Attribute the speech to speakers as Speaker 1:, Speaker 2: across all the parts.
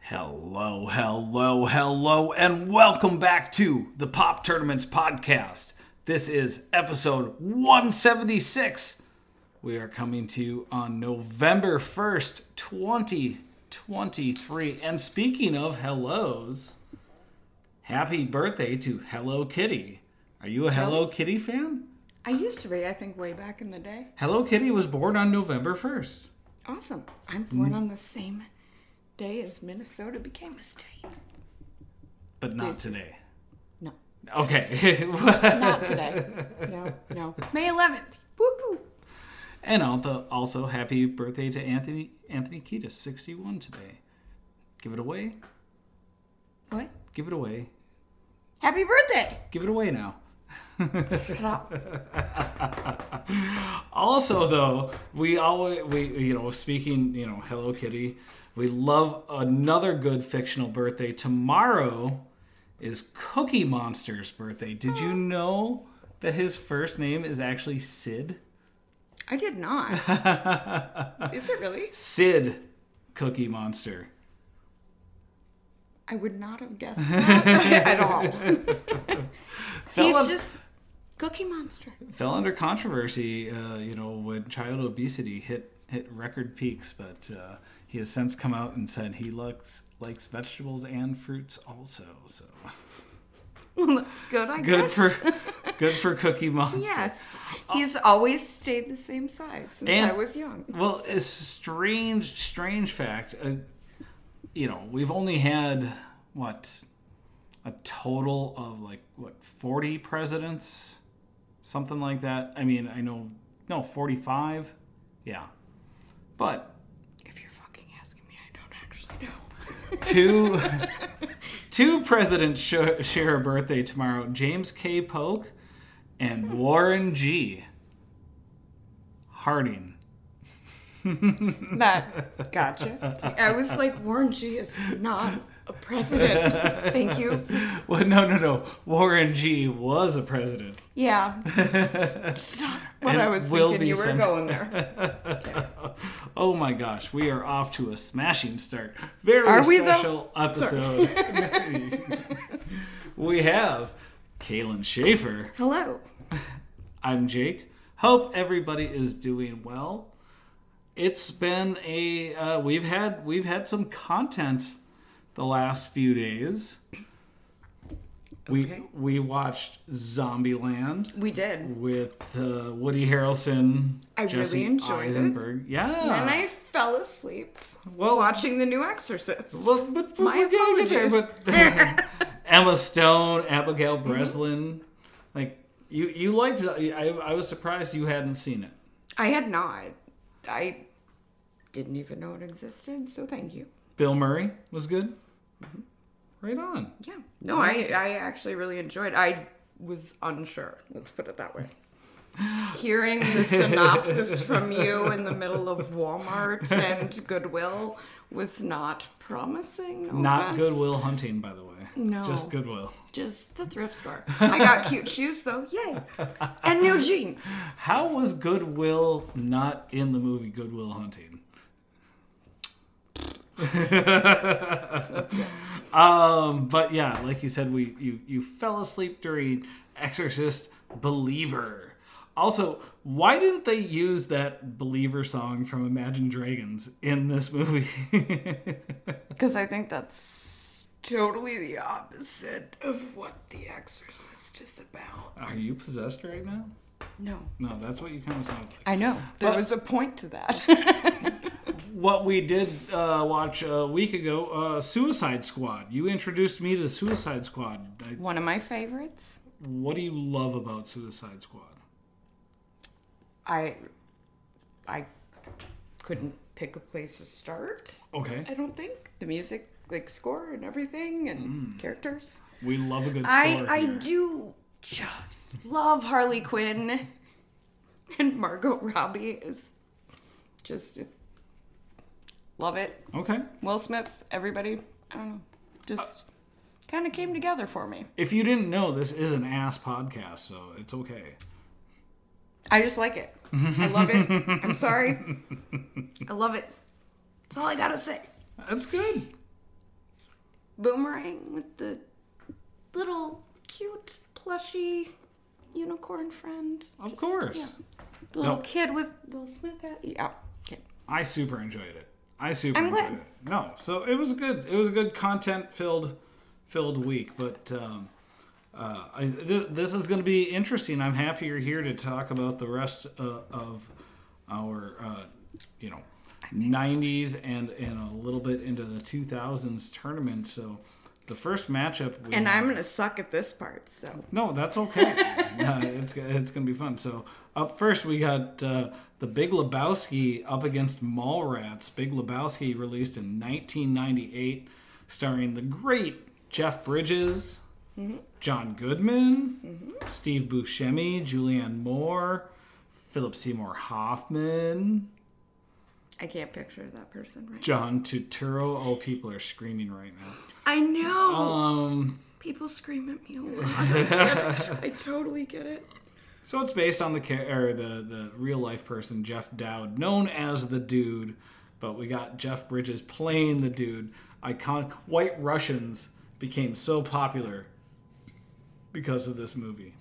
Speaker 1: Hello, hello, hello, and welcome back to the Pop Tournaments Podcast. This is episode 176. We are coming to you on November 1st, 2023. And speaking of hellos, happy birthday to Hello Kitty. Are you a Hello Kitty fan?
Speaker 2: I used to be, I think, way back in the day.
Speaker 1: Hello Kitty was born on November 1st.
Speaker 2: Awesome. I'm
Speaker 1: Mm.
Speaker 2: born on the same day as Minnesota became a state.
Speaker 1: but not today.
Speaker 2: No,
Speaker 1: Okay.
Speaker 2: not today. no, no. May 11th. Woo!
Speaker 1: and also, also happy birthday to Anthony Anthony Kiedis, 61 today. Give it away.
Speaker 2: What?
Speaker 1: Give it away.
Speaker 2: Happy birthday!
Speaker 1: Give it away now.
Speaker 2: Shut up.
Speaker 1: Also, though, we always we you know speaking you know Hello Kitty, we love another good fictional birthday. Tomorrow is Cookie Monster's birthday. Did you know that his first name is actually Sid?
Speaker 2: I did not. Is it really?
Speaker 1: Sid Cookie Monster.
Speaker 2: I would not have guessed that at all. He's
Speaker 1: Fella-
Speaker 2: just Cookie Monster.
Speaker 1: fell under controversy, uh, you know, when child obesity hit hit record peaks. But uh, he has since come out and said he likes likes vegetables and fruits also. So
Speaker 2: Well, that's good, I
Speaker 1: good
Speaker 2: guess.
Speaker 1: for good for Cookie Monster.
Speaker 2: Yes. He's always stayed the same size since
Speaker 1: And-
Speaker 2: I was young.
Speaker 1: Well, it's strange, strange fact. Uh, you know, we've only had what a total of like what forty presidents, something like that. I mean, I know no forty-five, yeah, but
Speaker 2: If you're fucking asking me, I don't actually know.
Speaker 1: two two presidents sh- share a birthday tomorrow: James K. Polk and Warren G. Harding.
Speaker 2: That gotcha. I was like, Warren G is not a president. Thank you.
Speaker 1: Well, no, no, no. Warren G. was a president.
Speaker 2: Yeah. Just not what
Speaker 1: And
Speaker 2: I was
Speaker 1: will be
Speaker 2: thinking you were
Speaker 1: some-
Speaker 2: going there.
Speaker 1: Oh my gosh, we are off to a smashing start. Very
Speaker 2: Are we, though?
Speaker 1: special episode. we have Kaylin Schaefer.
Speaker 2: Hello.
Speaker 1: I'm Jake. Hope everybody is doing well. It's been a uh, we've had we've had some content the last few days. We
Speaker 2: Okay.
Speaker 1: we watched Zombieland
Speaker 2: We did.
Speaker 1: with uh, Woody Harrelson,
Speaker 2: I really
Speaker 1: Jesse
Speaker 2: enjoyed it.
Speaker 1: Eisenberg. Yeah,
Speaker 2: And I fell asleep
Speaker 1: well,
Speaker 2: watching The New Exorcist.
Speaker 1: Well, but, but
Speaker 2: My
Speaker 1: we're gonna get there. But Emma Stone, Abigail
Speaker 2: Mm-hmm.
Speaker 1: Breslin, like you, you liked. I, I was surprised you hadn't seen it.
Speaker 2: I had not. I didn't even know it existed, so thank you.
Speaker 1: Bill Murray was good. Right on.
Speaker 2: Yeah. No, I, I actually really enjoyed I was unsure. Let's put it that way. Hearing the synopsis from you in the middle of Walmart and Goodwill was not promising. No
Speaker 1: Not
Speaker 2: offense.
Speaker 1: Goodwill Hunting, by the way.
Speaker 2: No.
Speaker 1: just Goodwill.
Speaker 2: Just the thrift store. I got cute shoes though. Yay. And new jeans.
Speaker 1: How was Goodwill not in the movie Goodwill Hunting? um, but yeah, like you said, we you you fell asleep during Exorcist Believer. Also, why didn't they use that Believer song from Imagine Dragons in this movie?
Speaker 2: Because I think that's totally the opposite of what The Exorcist is about.
Speaker 1: Are you possessed right now?
Speaker 2: No.
Speaker 1: No, that's what you kind of sound like.
Speaker 2: I know. There
Speaker 1: But-
Speaker 2: was a point to that.
Speaker 1: what we did uh, watch a week ago, uh, Suicide Squad. You introduced me to Suicide Squad. I,
Speaker 2: One of my favorites.
Speaker 1: what do you love about Suicide Squad?
Speaker 2: I I couldn't pick a place to start.
Speaker 1: Okay.
Speaker 2: I don't think the music, like score and everything, and characters.
Speaker 1: We love a good Mm. score.
Speaker 2: I I
Speaker 1: here.
Speaker 2: do just love Harley Quinn, and Margot Robbie is just love it.
Speaker 1: Okay.
Speaker 2: Will Smith, everybody, I don't know, just kind of came together for me.
Speaker 1: If you didn't know, this is an ass podcast, so it's okay.
Speaker 2: I just like it. I love it. I'm sorry. I love it. That's all I gotta say.
Speaker 1: That's good.
Speaker 2: Boomerang with the little cute plushy unicorn friend.
Speaker 1: Of course.
Speaker 2: The little
Speaker 1: No.
Speaker 2: kid with Will Smith hat. Yeah. Okay.
Speaker 1: I super enjoyed it. I super
Speaker 2: I'm
Speaker 1: enjoyed
Speaker 2: glad.
Speaker 1: it. No, so it was good. It was a good content filled filled week, but um, uh, I, th- this is going to be interesting. I'm happy you're here to talk about the rest uh, of our uh, you know 90s and and a little bit into the 2000s tournament. So the first matchup we
Speaker 2: And
Speaker 1: have-
Speaker 2: I'm gonna suck at this part, so
Speaker 1: no, that's okay. uh, it's it's gonna be fun. So up first we got uh, the Big Lebowski up against Mallrats. Big Lebowski released in 1998, starring the great Jeff Bridges, John Goodman, Steve Buscemi, Julianne Moore, Philip Seymour Hoffman,
Speaker 2: I can't picture that person right.
Speaker 1: John Turturro. Oh, people are screaming right now.
Speaker 2: I know.
Speaker 1: Um.
Speaker 2: People scream at me a lot. I, get it. I totally get it.
Speaker 1: So it's based on the ca- or the the real life person Jeff Dowd, known as the Dude, but we got Jeff Bridges playing the Dude. Iconic White Russians became so popular because of this movie.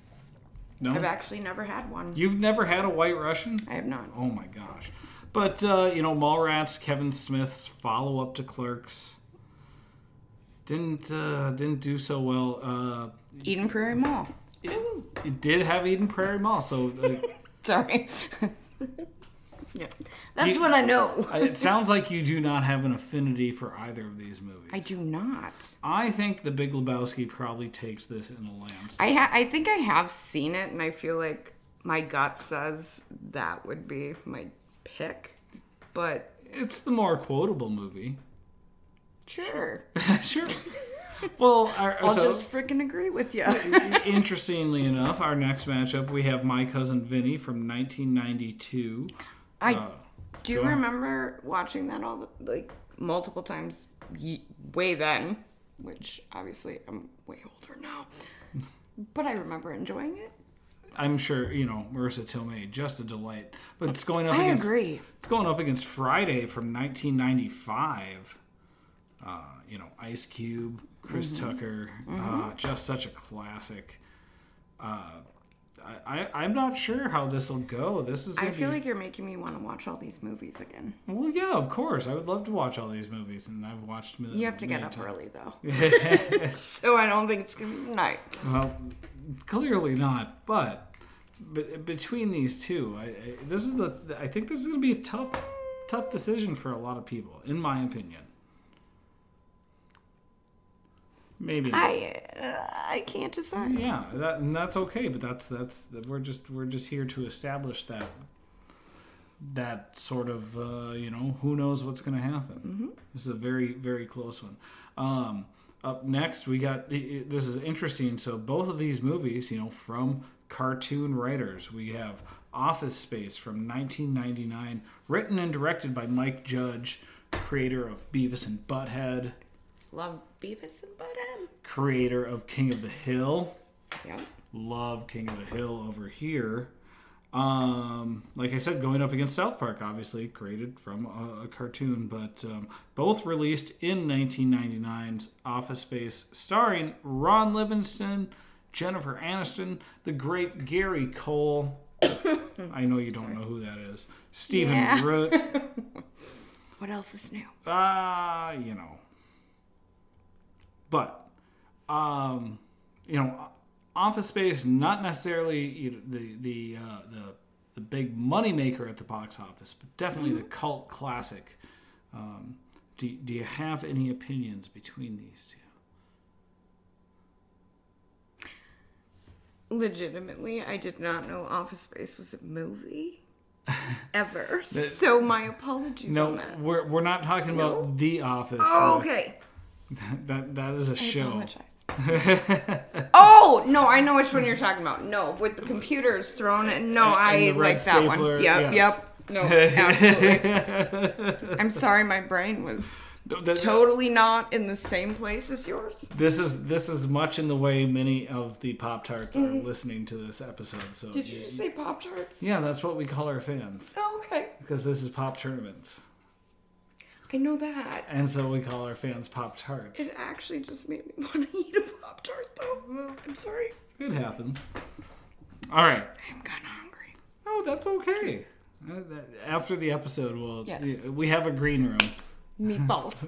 Speaker 2: I've
Speaker 1: No,
Speaker 2: actually never had one.
Speaker 1: you've never had a White Russian?
Speaker 2: I have not.
Speaker 1: Oh my gosh! But uh, you know, Mallrats, Kevin Smith's follow up to Clerks didn't uh, didn't do so well. Uh,
Speaker 2: Eden Prairie Mall.
Speaker 1: it did have Eden Prairie Mall, so. Uh,
Speaker 2: Sorry. yeah. That's
Speaker 1: You-
Speaker 2: what I know.
Speaker 1: Uh, it sounds like you do not have an affinity for either of these movies.
Speaker 2: I do not.
Speaker 1: I, think The Big Lebowski probably takes this in a landslide.
Speaker 2: I ha- I think I have seen it, and I feel like my gut says that would be my pick. But
Speaker 1: It's the more quotable movie.
Speaker 2: sure,
Speaker 1: sure. Well, our,
Speaker 2: I'll
Speaker 1: so,
Speaker 2: just freaking agree with you.
Speaker 1: interestingly enough, our next matchup we have My Cousin Vinny from 1992.
Speaker 2: I
Speaker 1: Uh,
Speaker 2: do
Speaker 1: go on.
Speaker 2: remember watching that all the, like multiple times ye- way then, which obviously I'm way older now. But I remember enjoying it.
Speaker 1: I'm sure you know Marissa Tomei, just a delight. But it's going up
Speaker 2: I
Speaker 1: against
Speaker 2: agree.
Speaker 1: It's going up against Friday from 1995. Uh, you know, Ice Cube, Chris
Speaker 2: Mm-hmm.
Speaker 1: Tucker, Uh, just such a classic. Uh, I, I, I'm not sure how this will go. This is.
Speaker 2: I
Speaker 1: gonna
Speaker 2: feel
Speaker 1: be-
Speaker 2: like you're making me want to watch all these movies again.
Speaker 1: Well, yeah, of course. I would love to watch all these movies, and I've watched. them
Speaker 2: You have to get
Speaker 1: many
Speaker 2: up
Speaker 1: times.
Speaker 2: early though. so I don't think it's gonna be night.
Speaker 1: Well, clearly not. But, but between these two, I, I, this is the. I think this is going to be a tough, tough decision for a lot of people, in my opinion. Maybe.
Speaker 2: I uh, I can't decide.
Speaker 1: yeah, that, and that's okay. But that's that's we're just we're just here to establish that. That sort of uh, you know who knows what's going to happen. This is a very very close one. Um, up next we got i- i- this is interesting. So both of these movies, you know, from cartoon writers. We have Office Space from 1999, written and directed by Mike Judge, creator of Beavis and Butthead,
Speaker 2: Love Beavis and Butthead.
Speaker 1: creator of King of the Hill
Speaker 2: Yeah.
Speaker 1: love King of the Hill over here. Um, like I said, going up against South Park, obviously created from a, a cartoon, but um, both released in 1999's Office Space, starring Ron Livingston, Jennifer Aniston, the great Gary Cole. I know you don't know who that is. Stephen
Speaker 2: Yeah.
Speaker 1: Root.
Speaker 2: What else is new?
Speaker 1: Ah, you know. But, um, you know, Office Space not necessarily you know, the the uh, the the big money maker at the box office, but definitely the cult classic. Um, do, do you have any opinions between these two?
Speaker 2: Legitimately, I did not know Office Space was a movie. ever. so my apologies
Speaker 1: No,
Speaker 2: on that.
Speaker 1: we're, we're not talking about The Office.
Speaker 2: Oh,
Speaker 1: No,
Speaker 2: okay.
Speaker 1: That that is a show.
Speaker 2: Apologize. oh no, I know which one you're talking about. No, with the computers thrown. In. No,
Speaker 1: the
Speaker 2: I
Speaker 1: red
Speaker 2: like that one.
Speaker 1: stapler,
Speaker 2: Yep,
Speaker 1: yes.
Speaker 2: yep. No, absolutely. I'm sorry, my brain was
Speaker 1: No, that-
Speaker 2: totally not in the same place as yours.
Speaker 1: This is this is much in the way many of the Pop Tarts are listening to this episode. So
Speaker 2: Mm-hmm. Did you just say Pop Tarts?
Speaker 1: yeah, that's what we call our fans
Speaker 2: Oh, okay.
Speaker 1: because this is Pop Tournaments,
Speaker 2: I know that.
Speaker 1: and so we call our fans Pop Tarts.
Speaker 2: It actually just made me want to eat a Pop Tart, though. I'm sorry.
Speaker 1: It happens. All right.
Speaker 2: I'm kind of hungry.
Speaker 1: Oh, that's okay. Uh, that- After the episode, we'll
Speaker 2: Yes.
Speaker 1: yeah, we have a green room.
Speaker 2: Meatballs.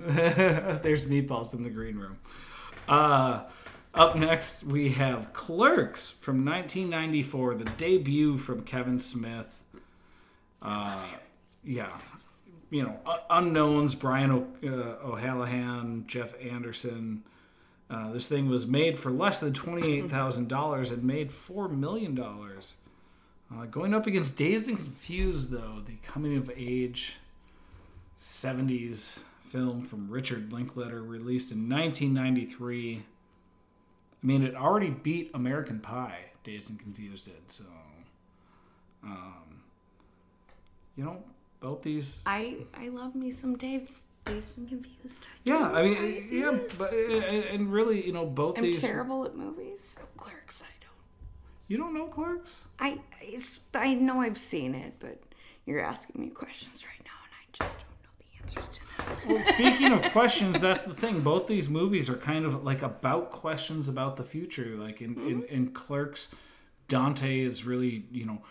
Speaker 1: There's meatballs in the green room. Uh, up next, we have Clerks from 1994, the debut from Kevin Smith. Uh, yeah. You know, u- unknowns, Brian o- uh, O'Hallahan, Jeff Anderson. Uh, this thing was made for less than $28,000 and made $4 million. Uh, going up against Dazed and Confused, though, the coming of age 70s film from Richard Linklater released in 1993. I mean, it already beat American Pie, Dazed and Confused did, so. Um, you know, both these.
Speaker 2: I I love me some Dave's Dazed and Confused.
Speaker 1: Yeah, I mean, yeah, but. uh, And, and really, you know, both
Speaker 2: I'm
Speaker 1: these.
Speaker 2: terrible at movies. Clerks, I don't.
Speaker 1: You don't know Clerks?
Speaker 2: I it's, I know I've seen it, but you're asking me questions right now, and I just don't know the answers to them.
Speaker 1: Well, speaking of questions, that's the thing. Both these movies are kind of like about questions about the future. Like in, in,
Speaker 2: Mm-hmm.
Speaker 1: in Clerks, Dante is really you know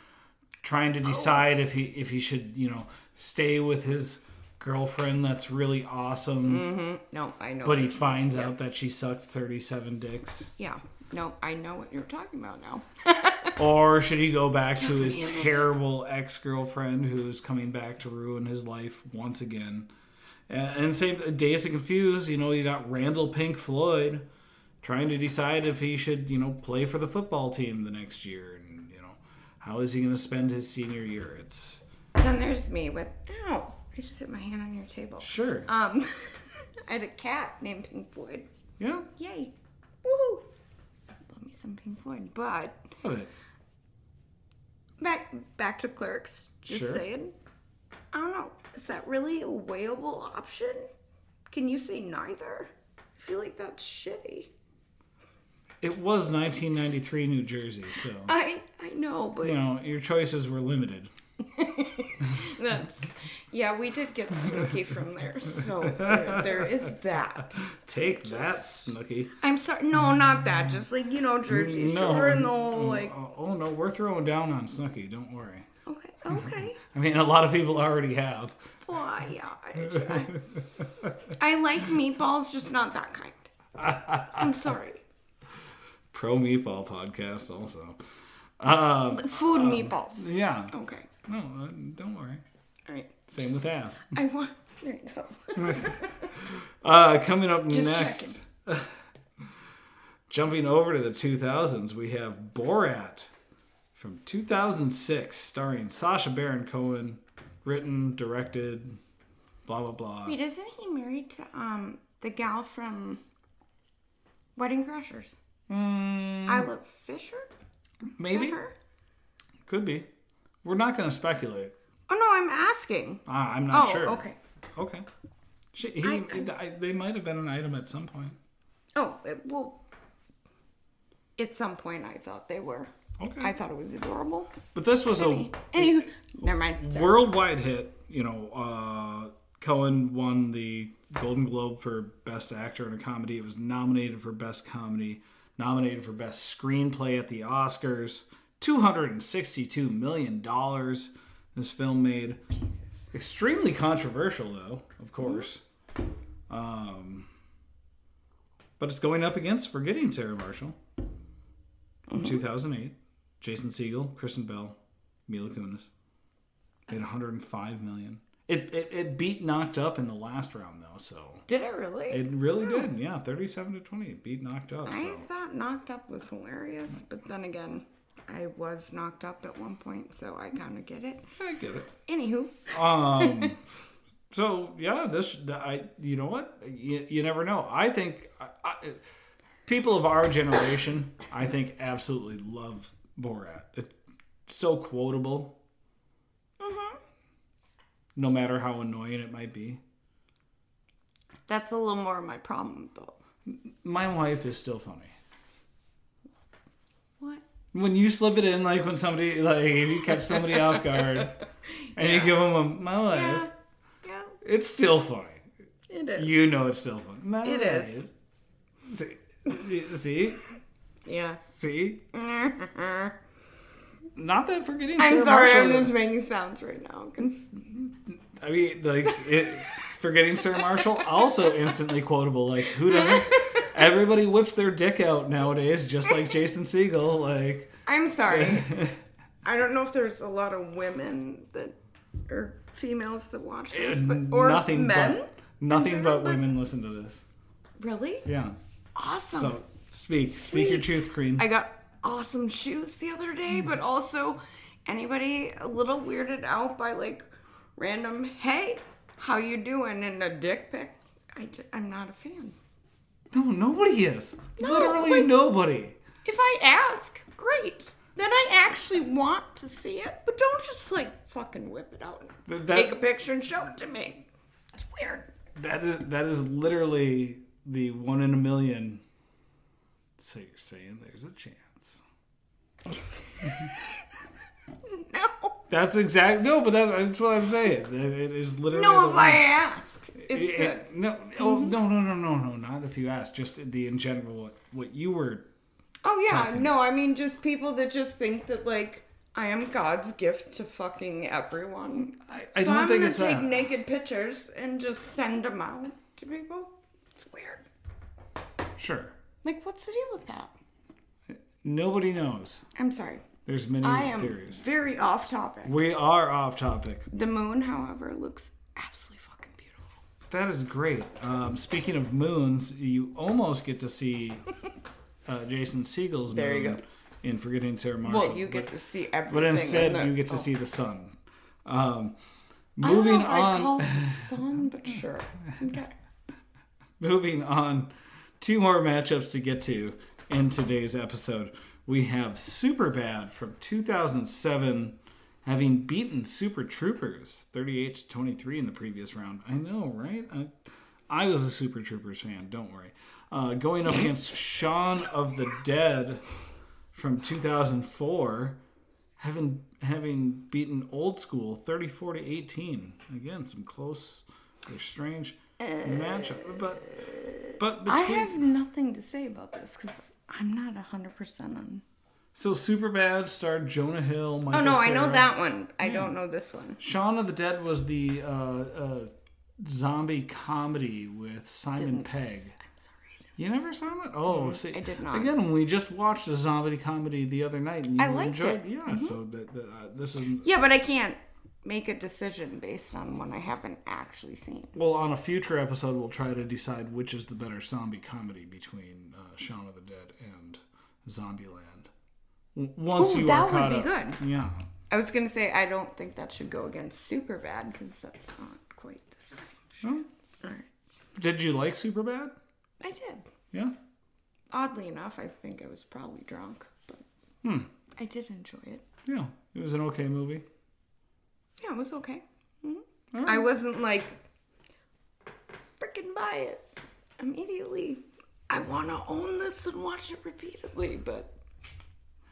Speaker 1: trying
Speaker 2: Oh.
Speaker 1: to decide if he if he should you know stay with his girlfriend that's really awesome,
Speaker 2: No, I know.
Speaker 1: but he finds out that she sucked thirty seven dicks.
Speaker 2: yeah, no, I know what you're talking about now.
Speaker 1: Or should he go back to his terrible ex girlfriend who's coming back to ruin his life once again? And, and same, Dazed and Confused, you know, you got Randall Pink Floyd trying to decide if he should, you know, play for the football team the next year. And, you know, how is he going to spend his senior year? It's
Speaker 2: Then there's me with ow. I just hit my hand on your table.
Speaker 1: sure.
Speaker 2: Um, I had a cat named Pink Floyd.
Speaker 1: yeah.
Speaker 2: Yay! Woohoo! Love me some Pink Floyd, but
Speaker 1: Love it.
Speaker 2: back back to clerks. Just
Speaker 1: Sure.
Speaker 2: saying. I don't know. Is that really a weighable option? Can you say neither? I feel like that's shitty.
Speaker 1: It was 1993 New Jersey, so,
Speaker 2: I I know, but
Speaker 1: you know, your choices were limited.
Speaker 2: that's yeah. We did get Snooky from there, so there, there is that.
Speaker 1: Take that, Snooky.
Speaker 2: I'm sorry. No, not that. Just like you know, Jersey
Speaker 1: No.
Speaker 2: Shore and the whole like.
Speaker 1: Oh, oh, no, we're throwing down on Snooky. Don't worry.
Speaker 2: Okay, okay.
Speaker 1: I mean, a lot of people already have.
Speaker 2: Why? I, I like meatballs, just not that kind. I'm sorry.
Speaker 1: Pro meatball podcast, also. Um,
Speaker 2: Food meatballs.
Speaker 1: yeah.
Speaker 2: Okay.
Speaker 1: No, uh, don't worry.
Speaker 2: All right.
Speaker 1: Same with ass.
Speaker 2: I want. There you go.
Speaker 1: Uh, coming up
Speaker 2: Just
Speaker 1: next, jumping over to the 2000s, we have Borat from 2006, starring Sasha Baron Cohen, written, directed, blah blah blah.
Speaker 2: Wait, isn't he married to um the gal from Wedding Crashers?
Speaker 1: Mm,
Speaker 2: Isla Fisher? Is that
Speaker 1: maybe
Speaker 2: her?
Speaker 1: could be. We're not going to speculate.
Speaker 2: Oh no, I'm asking.
Speaker 1: Ah, I'm
Speaker 2: Oh,
Speaker 1: not sure.
Speaker 2: okay.
Speaker 1: Okay. She, he, I- they might have been an item at some point.
Speaker 2: Oh it- well, at some point I thought they were.
Speaker 1: Okay.
Speaker 2: I thought it was adorable.
Speaker 1: but this was a
Speaker 2: Anywho, never mind. Sorry.
Speaker 1: worldwide hit. You know, uh, Cohen won the Golden Globe for Best Actor in a Comedy. It was nominated for Best Comedy, nominated for Best Screenplay at the Oscars. $262 million this film made. Extremely controversial, though, of course. Um, but it's going up against Forgetting Sarah Marshall from 2008. Jason Segel, Kristen Bell, Mila Kunis. Made 105 million. It, it it beat knocked up in the last round though, so
Speaker 2: Did it really?
Speaker 1: it really did. Yeah, 37 to 20. It beat knocked up.
Speaker 2: I
Speaker 1: So
Speaker 2: thought knocked up was hilarious, but then again, I was knocked up at one point, so I kind of get it.
Speaker 1: I get it.
Speaker 2: Anywho,
Speaker 1: Um, so yeah, this the- I you know what you, you never know. I think I, I, people of our generation, I think, absolutely love Borat. It's so quotable. Mm-hmm. No matter how annoying it might be,
Speaker 2: that's a little more of my problem, though.
Speaker 1: my wife is still funny.
Speaker 2: What?
Speaker 1: When you slip it in, like when somebody, like if you catch somebody off guard, and you give them a my wife,
Speaker 2: Yeah, yeah,
Speaker 1: it's still funny.
Speaker 2: it is.
Speaker 1: You know it's still fun. My
Speaker 2: It is.
Speaker 1: See, see,
Speaker 2: yeah.
Speaker 1: see. Not that for getting.
Speaker 2: Mm-hmm.
Speaker 1: Sarah
Speaker 2: I'm sorry,
Speaker 1: Marshall-
Speaker 2: I'm just making sounds right now. 'cause-
Speaker 1: I mean, like it. Forgetting Sir Marshall, also instantly quotable. Like, who doesn't? Everybody whips their dick out nowadays, just like Jason Siegel. Like,
Speaker 2: I'm sorry. I don't know if there's a lot of women that are females that watch this, but, or
Speaker 1: nothing
Speaker 2: men.
Speaker 1: but nothing but women listen to this.
Speaker 2: Really?
Speaker 1: Yeah.
Speaker 2: Awesome.
Speaker 1: So speak, speak your truth, Queen.
Speaker 2: I got awesome shoes the other day, but also anybody a little weirded out by like random, hey, how you doing? And a dick pic. I ju- I'm not a fan.
Speaker 1: no, nobody is.
Speaker 2: No,
Speaker 1: Literally
Speaker 2: like-
Speaker 1: nobody.
Speaker 2: If I ask, great. Then I actually want to see it, but don't just like fucking whip it out and
Speaker 1: Th- that-
Speaker 2: take a picture and show it to me. It's weird.
Speaker 1: That is that is literally the one in a million. So you're saying there's a chance.
Speaker 2: No.
Speaker 1: That's exact no, but that, that's what I'm saying. It- it is literally
Speaker 2: No,
Speaker 1: the
Speaker 2: if I
Speaker 1: one-
Speaker 2: ask, it's
Speaker 1: it-
Speaker 2: good.
Speaker 1: it-
Speaker 2: Mm-hmm.
Speaker 1: no, oh, no, no, no, no, no, not if you ask. Just the in general what what you were.
Speaker 2: Oh yeah, no, I mean just people that just think that like I am God's gift to fucking everyone.
Speaker 1: I, I
Speaker 2: so
Speaker 1: don't
Speaker 2: I'm
Speaker 1: think
Speaker 2: gonna
Speaker 1: it's
Speaker 2: take
Speaker 1: that.
Speaker 2: naked pictures and just send them out to people. It's weird.
Speaker 1: sure,
Speaker 2: Like, what's the deal with that?
Speaker 1: nobody knows.
Speaker 2: I'm sorry.
Speaker 1: There's many
Speaker 2: I am
Speaker 1: theories.
Speaker 2: very off topic.
Speaker 1: We are off topic.
Speaker 2: The moon, however, looks absolutely fucking beautiful.
Speaker 1: That is great. Um, speaking of moons, you almost get to see uh, Jason Siegel's
Speaker 2: There you
Speaker 1: moon
Speaker 2: go.
Speaker 1: in Forgetting Sarah Marshall.
Speaker 2: Well, you get
Speaker 1: but,
Speaker 2: to see everything.
Speaker 1: but instead
Speaker 2: in the-
Speaker 1: you get to
Speaker 2: oh.
Speaker 1: see the sun. Um,
Speaker 2: I don't know
Speaker 1: moving
Speaker 2: if I'd
Speaker 1: on,
Speaker 2: call it the sun, but sure. Okay.
Speaker 1: moving on. Two more matchups to get to in today's episode. We have Superbad from 2007, having beaten Super Troopers 38 to 23 in the previous round. I know, right? I, I was a Super Troopers fan. Don't worry. Uh, going up against Shaun of the Dead from 2004, having having beaten Old School 34 to 18. Again, some close, they're strange matchup, but but between
Speaker 2: I have nothing to say about this because I'm not 100% on.
Speaker 1: so Superbad starred Jonah Hill. Michael
Speaker 2: Oh, no, I know
Speaker 1: Cera.
Speaker 2: that one. I don't know this one.
Speaker 1: Shaun of the Dead was the uh, uh, zombie comedy with Simon Pegg.
Speaker 2: I'm sorry.
Speaker 1: You never saw that? Oh, see,
Speaker 2: Mm, I did not.
Speaker 1: Again, we just watched a zombie comedy the other night, and you
Speaker 2: I liked
Speaker 1: enjoyed.
Speaker 2: it. Mm-hmm.
Speaker 1: Yeah, so that, that, uh, this is
Speaker 2: Yeah, but I can't make a decision based on one I haven't actually seen.
Speaker 1: well on a future episode. We'll try to decide which is the better zombie comedy between uh, Shaun of the Dead and Zombieland. W- Once
Speaker 2: Ooh,
Speaker 1: you
Speaker 2: that
Speaker 1: are
Speaker 2: would
Speaker 1: caught
Speaker 2: be
Speaker 1: up,
Speaker 2: good.
Speaker 1: Yeah,
Speaker 2: I was going to say, I don't think that should go against super bad because that's not quite the same.
Speaker 1: Well,
Speaker 2: Hmm. All right.
Speaker 1: did you like Superbad?
Speaker 2: I did.
Speaker 1: Yeah.
Speaker 2: Oddly enough, I think I was probably drunk, but I did enjoy it.
Speaker 1: Yeah, it was an okay movie.
Speaker 2: Yeah, it was okay. Mm-hmm.
Speaker 1: All
Speaker 2: I wasn't like freaking buy it immediately. I want to own this and watch it repeatedly, but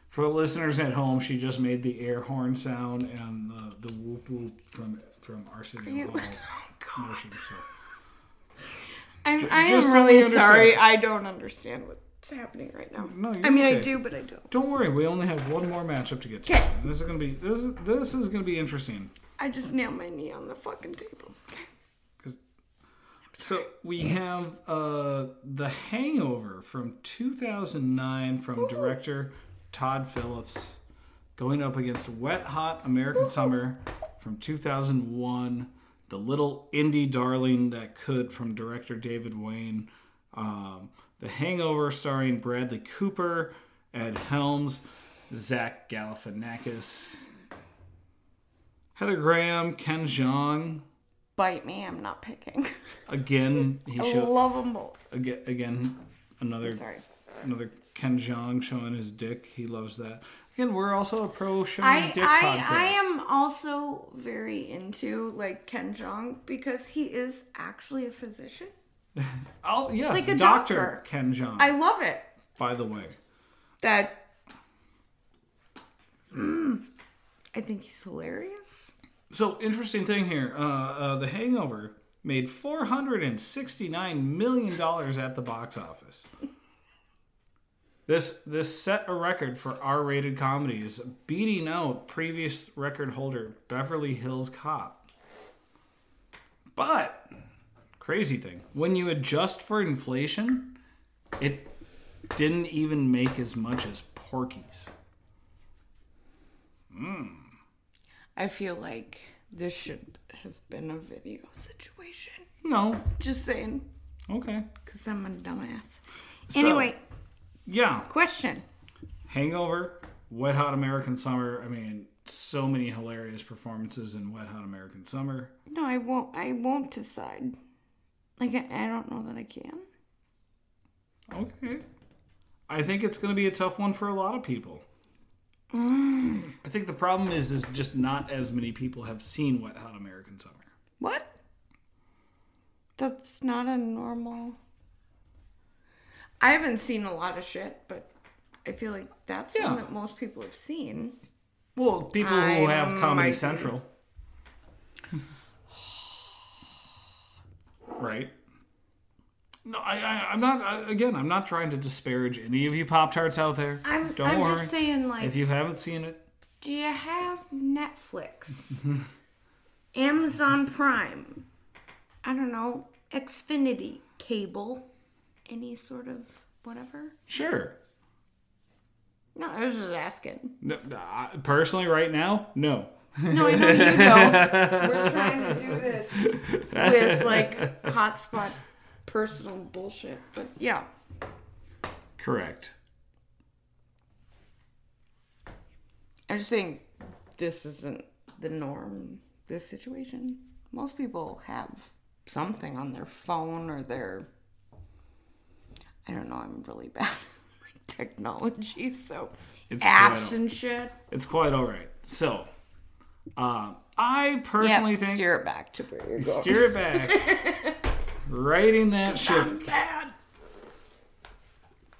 Speaker 1: For the listeners at home, she just made the air horn sound and the, the whoop whoop from from Arsenio
Speaker 2: you.
Speaker 1: Hall
Speaker 2: Oh, God.
Speaker 1: motion. So
Speaker 2: I'm, I am
Speaker 1: just so we
Speaker 2: really
Speaker 1: understand.
Speaker 2: sorry. I don't understand what's happening right now.
Speaker 1: No, you're
Speaker 2: I mean,
Speaker 1: okay.
Speaker 2: I do, but I don't.
Speaker 1: don't worry, we only have one more matchup to get to.
Speaker 2: Okay.
Speaker 1: This is gonna be this is- this is gonna be interesting.
Speaker 2: I just nailed my knee on the fucking table.
Speaker 1: So we have uh, the Hangover from 2009 from director Todd Phillips, going up against Wet Hot American Summer from 2001, the little indie darling that could from director David Wayne, um, the Hangover starring Bradley Cooper, Ed Helms, Zach Galifianakis, Heather Graham, Ken Jeong.
Speaker 2: Bite me, I'm not picking.
Speaker 1: Again, he
Speaker 2: I
Speaker 1: shows
Speaker 2: love them both.
Speaker 1: again, again another
Speaker 2: Sorry.
Speaker 1: another Ken Jeong showing his dick. He loves that. Again, we're also a pro showing
Speaker 2: I,
Speaker 1: dick
Speaker 2: I,
Speaker 1: podcast.
Speaker 2: I am also very into like Ken Jong because he is actually a physician.
Speaker 1: I'll, yes,
Speaker 2: like a
Speaker 1: Dr.
Speaker 2: doctor.
Speaker 1: Ken Jeong,
Speaker 2: I love it.
Speaker 1: by the way.
Speaker 2: That Mm. I think he's hilarious.
Speaker 1: So interesting thing here. Uh, uh, the Hangover made four hundred and sixty-nine million dollars at the box office. This this set a record for R-rated comedies, beating out previous record holder Beverly Hills Cop. But crazy thing, when you adjust for inflation, it didn't even make as much as Porky's.
Speaker 2: I feel like this should have been a video situation.
Speaker 1: No,
Speaker 2: Just saying,
Speaker 1: okay,
Speaker 2: because I'm a dumbass.
Speaker 1: So-
Speaker 2: anyway,
Speaker 1: yeah.
Speaker 2: question.
Speaker 1: Hangover, Wet Hot American Summer. I mean, so many hilarious performances in Wet Hot American Summer.
Speaker 2: No, I won't. I won't decide. Like I, I don't know that I can.
Speaker 1: Okay. I think it's going to be a tough one for a lot of people.
Speaker 2: Mm.
Speaker 1: I think the problem is is just not as many people have seen Wet Hot American Summer.
Speaker 2: What? That's not a normal. I haven't seen a lot of shit, but I feel like that's
Speaker 1: Yeah.
Speaker 2: one that most people have seen.
Speaker 1: Well, people who
Speaker 2: I
Speaker 1: have Comedy
Speaker 2: might-
Speaker 1: Central. right? No, I, I, I'm not. I, again, I'm not trying to disparage any of you Pop Tarts out there.
Speaker 2: I'm.
Speaker 1: Don't
Speaker 2: I'm
Speaker 1: worry.
Speaker 2: just saying, like,
Speaker 1: If you haven't seen it,
Speaker 2: do you have Netflix, Amazon Prime, I don't know, Xfinity cable, any sort of whatever?
Speaker 1: sure.
Speaker 2: No, I was just asking.
Speaker 1: No, I- personally, right now, no.
Speaker 2: No, I know you know. We're trying to do this with like hotspot personal bullshit, but yeah.
Speaker 1: Correct.
Speaker 2: I'm just saying this isn't the norm, this situation. Most people have something on their phone or their. I don't know, I'm really bad at like technology, so
Speaker 1: It's
Speaker 2: apps
Speaker 1: quite-
Speaker 2: and shit.
Speaker 1: It's quite all right. So, uh, I personally
Speaker 2: Yeah,
Speaker 1: think
Speaker 2: steer it back to where you're going.
Speaker 1: steer it back, righting that ship.
Speaker 2: I'm bad.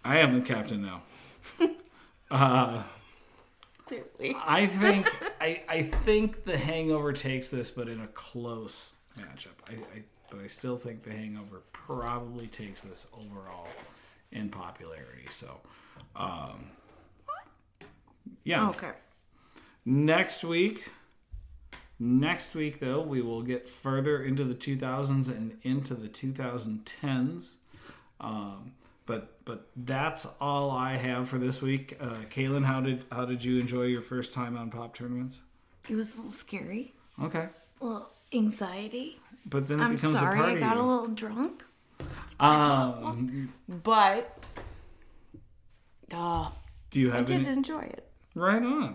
Speaker 1: I am the captain now.
Speaker 2: Clearly.
Speaker 1: I think I, I think the Hangover takes this, but in a close matchup. I, I but I still think the Hangover probably takes this overall in popularity. So, um, yeah.
Speaker 2: Okay.
Speaker 1: Next week, next week though, we will get further into the 2000s and into the 2010s. Um, but but that's all I have for this week. Uh, Kaylin, how did how did you enjoy your first time on pop tournaments?
Speaker 2: It was a little scary.
Speaker 1: Okay,
Speaker 2: A little anxiety.
Speaker 1: but then it
Speaker 2: I'm
Speaker 1: becomes a
Speaker 2: sorry,
Speaker 1: party.
Speaker 2: I got a little drunk.
Speaker 1: um,
Speaker 2: But uh,
Speaker 1: do you
Speaker 2: I
Speaker 1: have
Speaker 2: did
Speaker 1: any?
Speaker 2: enjoy it.
Speaker 1: Right on.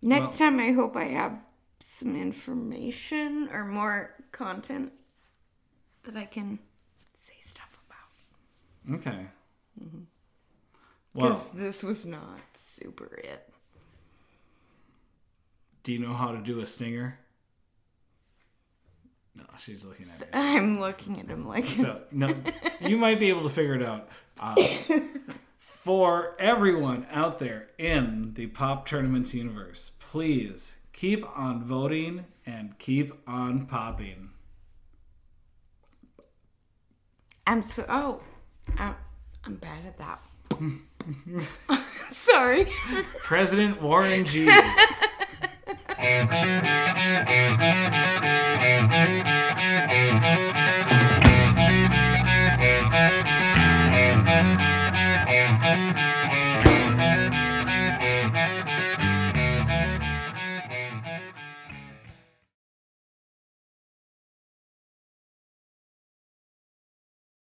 Speaker 2: Next time, I hope I have some information or more content that I can say stuff about.
Speaker 1: Okay.
Speaker 2: Mm-hmm. Because
Speaker 1: Well,
Speaker 2: this was not super it.
Speaker 1: do you know how to do a stinger? No, she's looking at me.
Speaker 2: I'm looking at him like,
Speaker 1: So no, you might be able to figure it out. Uh, for everyone out there in the pop tournaments universe, please keep on voting and keep on popping.
Speaker 2: I'm sp- oh, I'm, I'm bad at that. Sorry.
Speaker 1: President Warren G.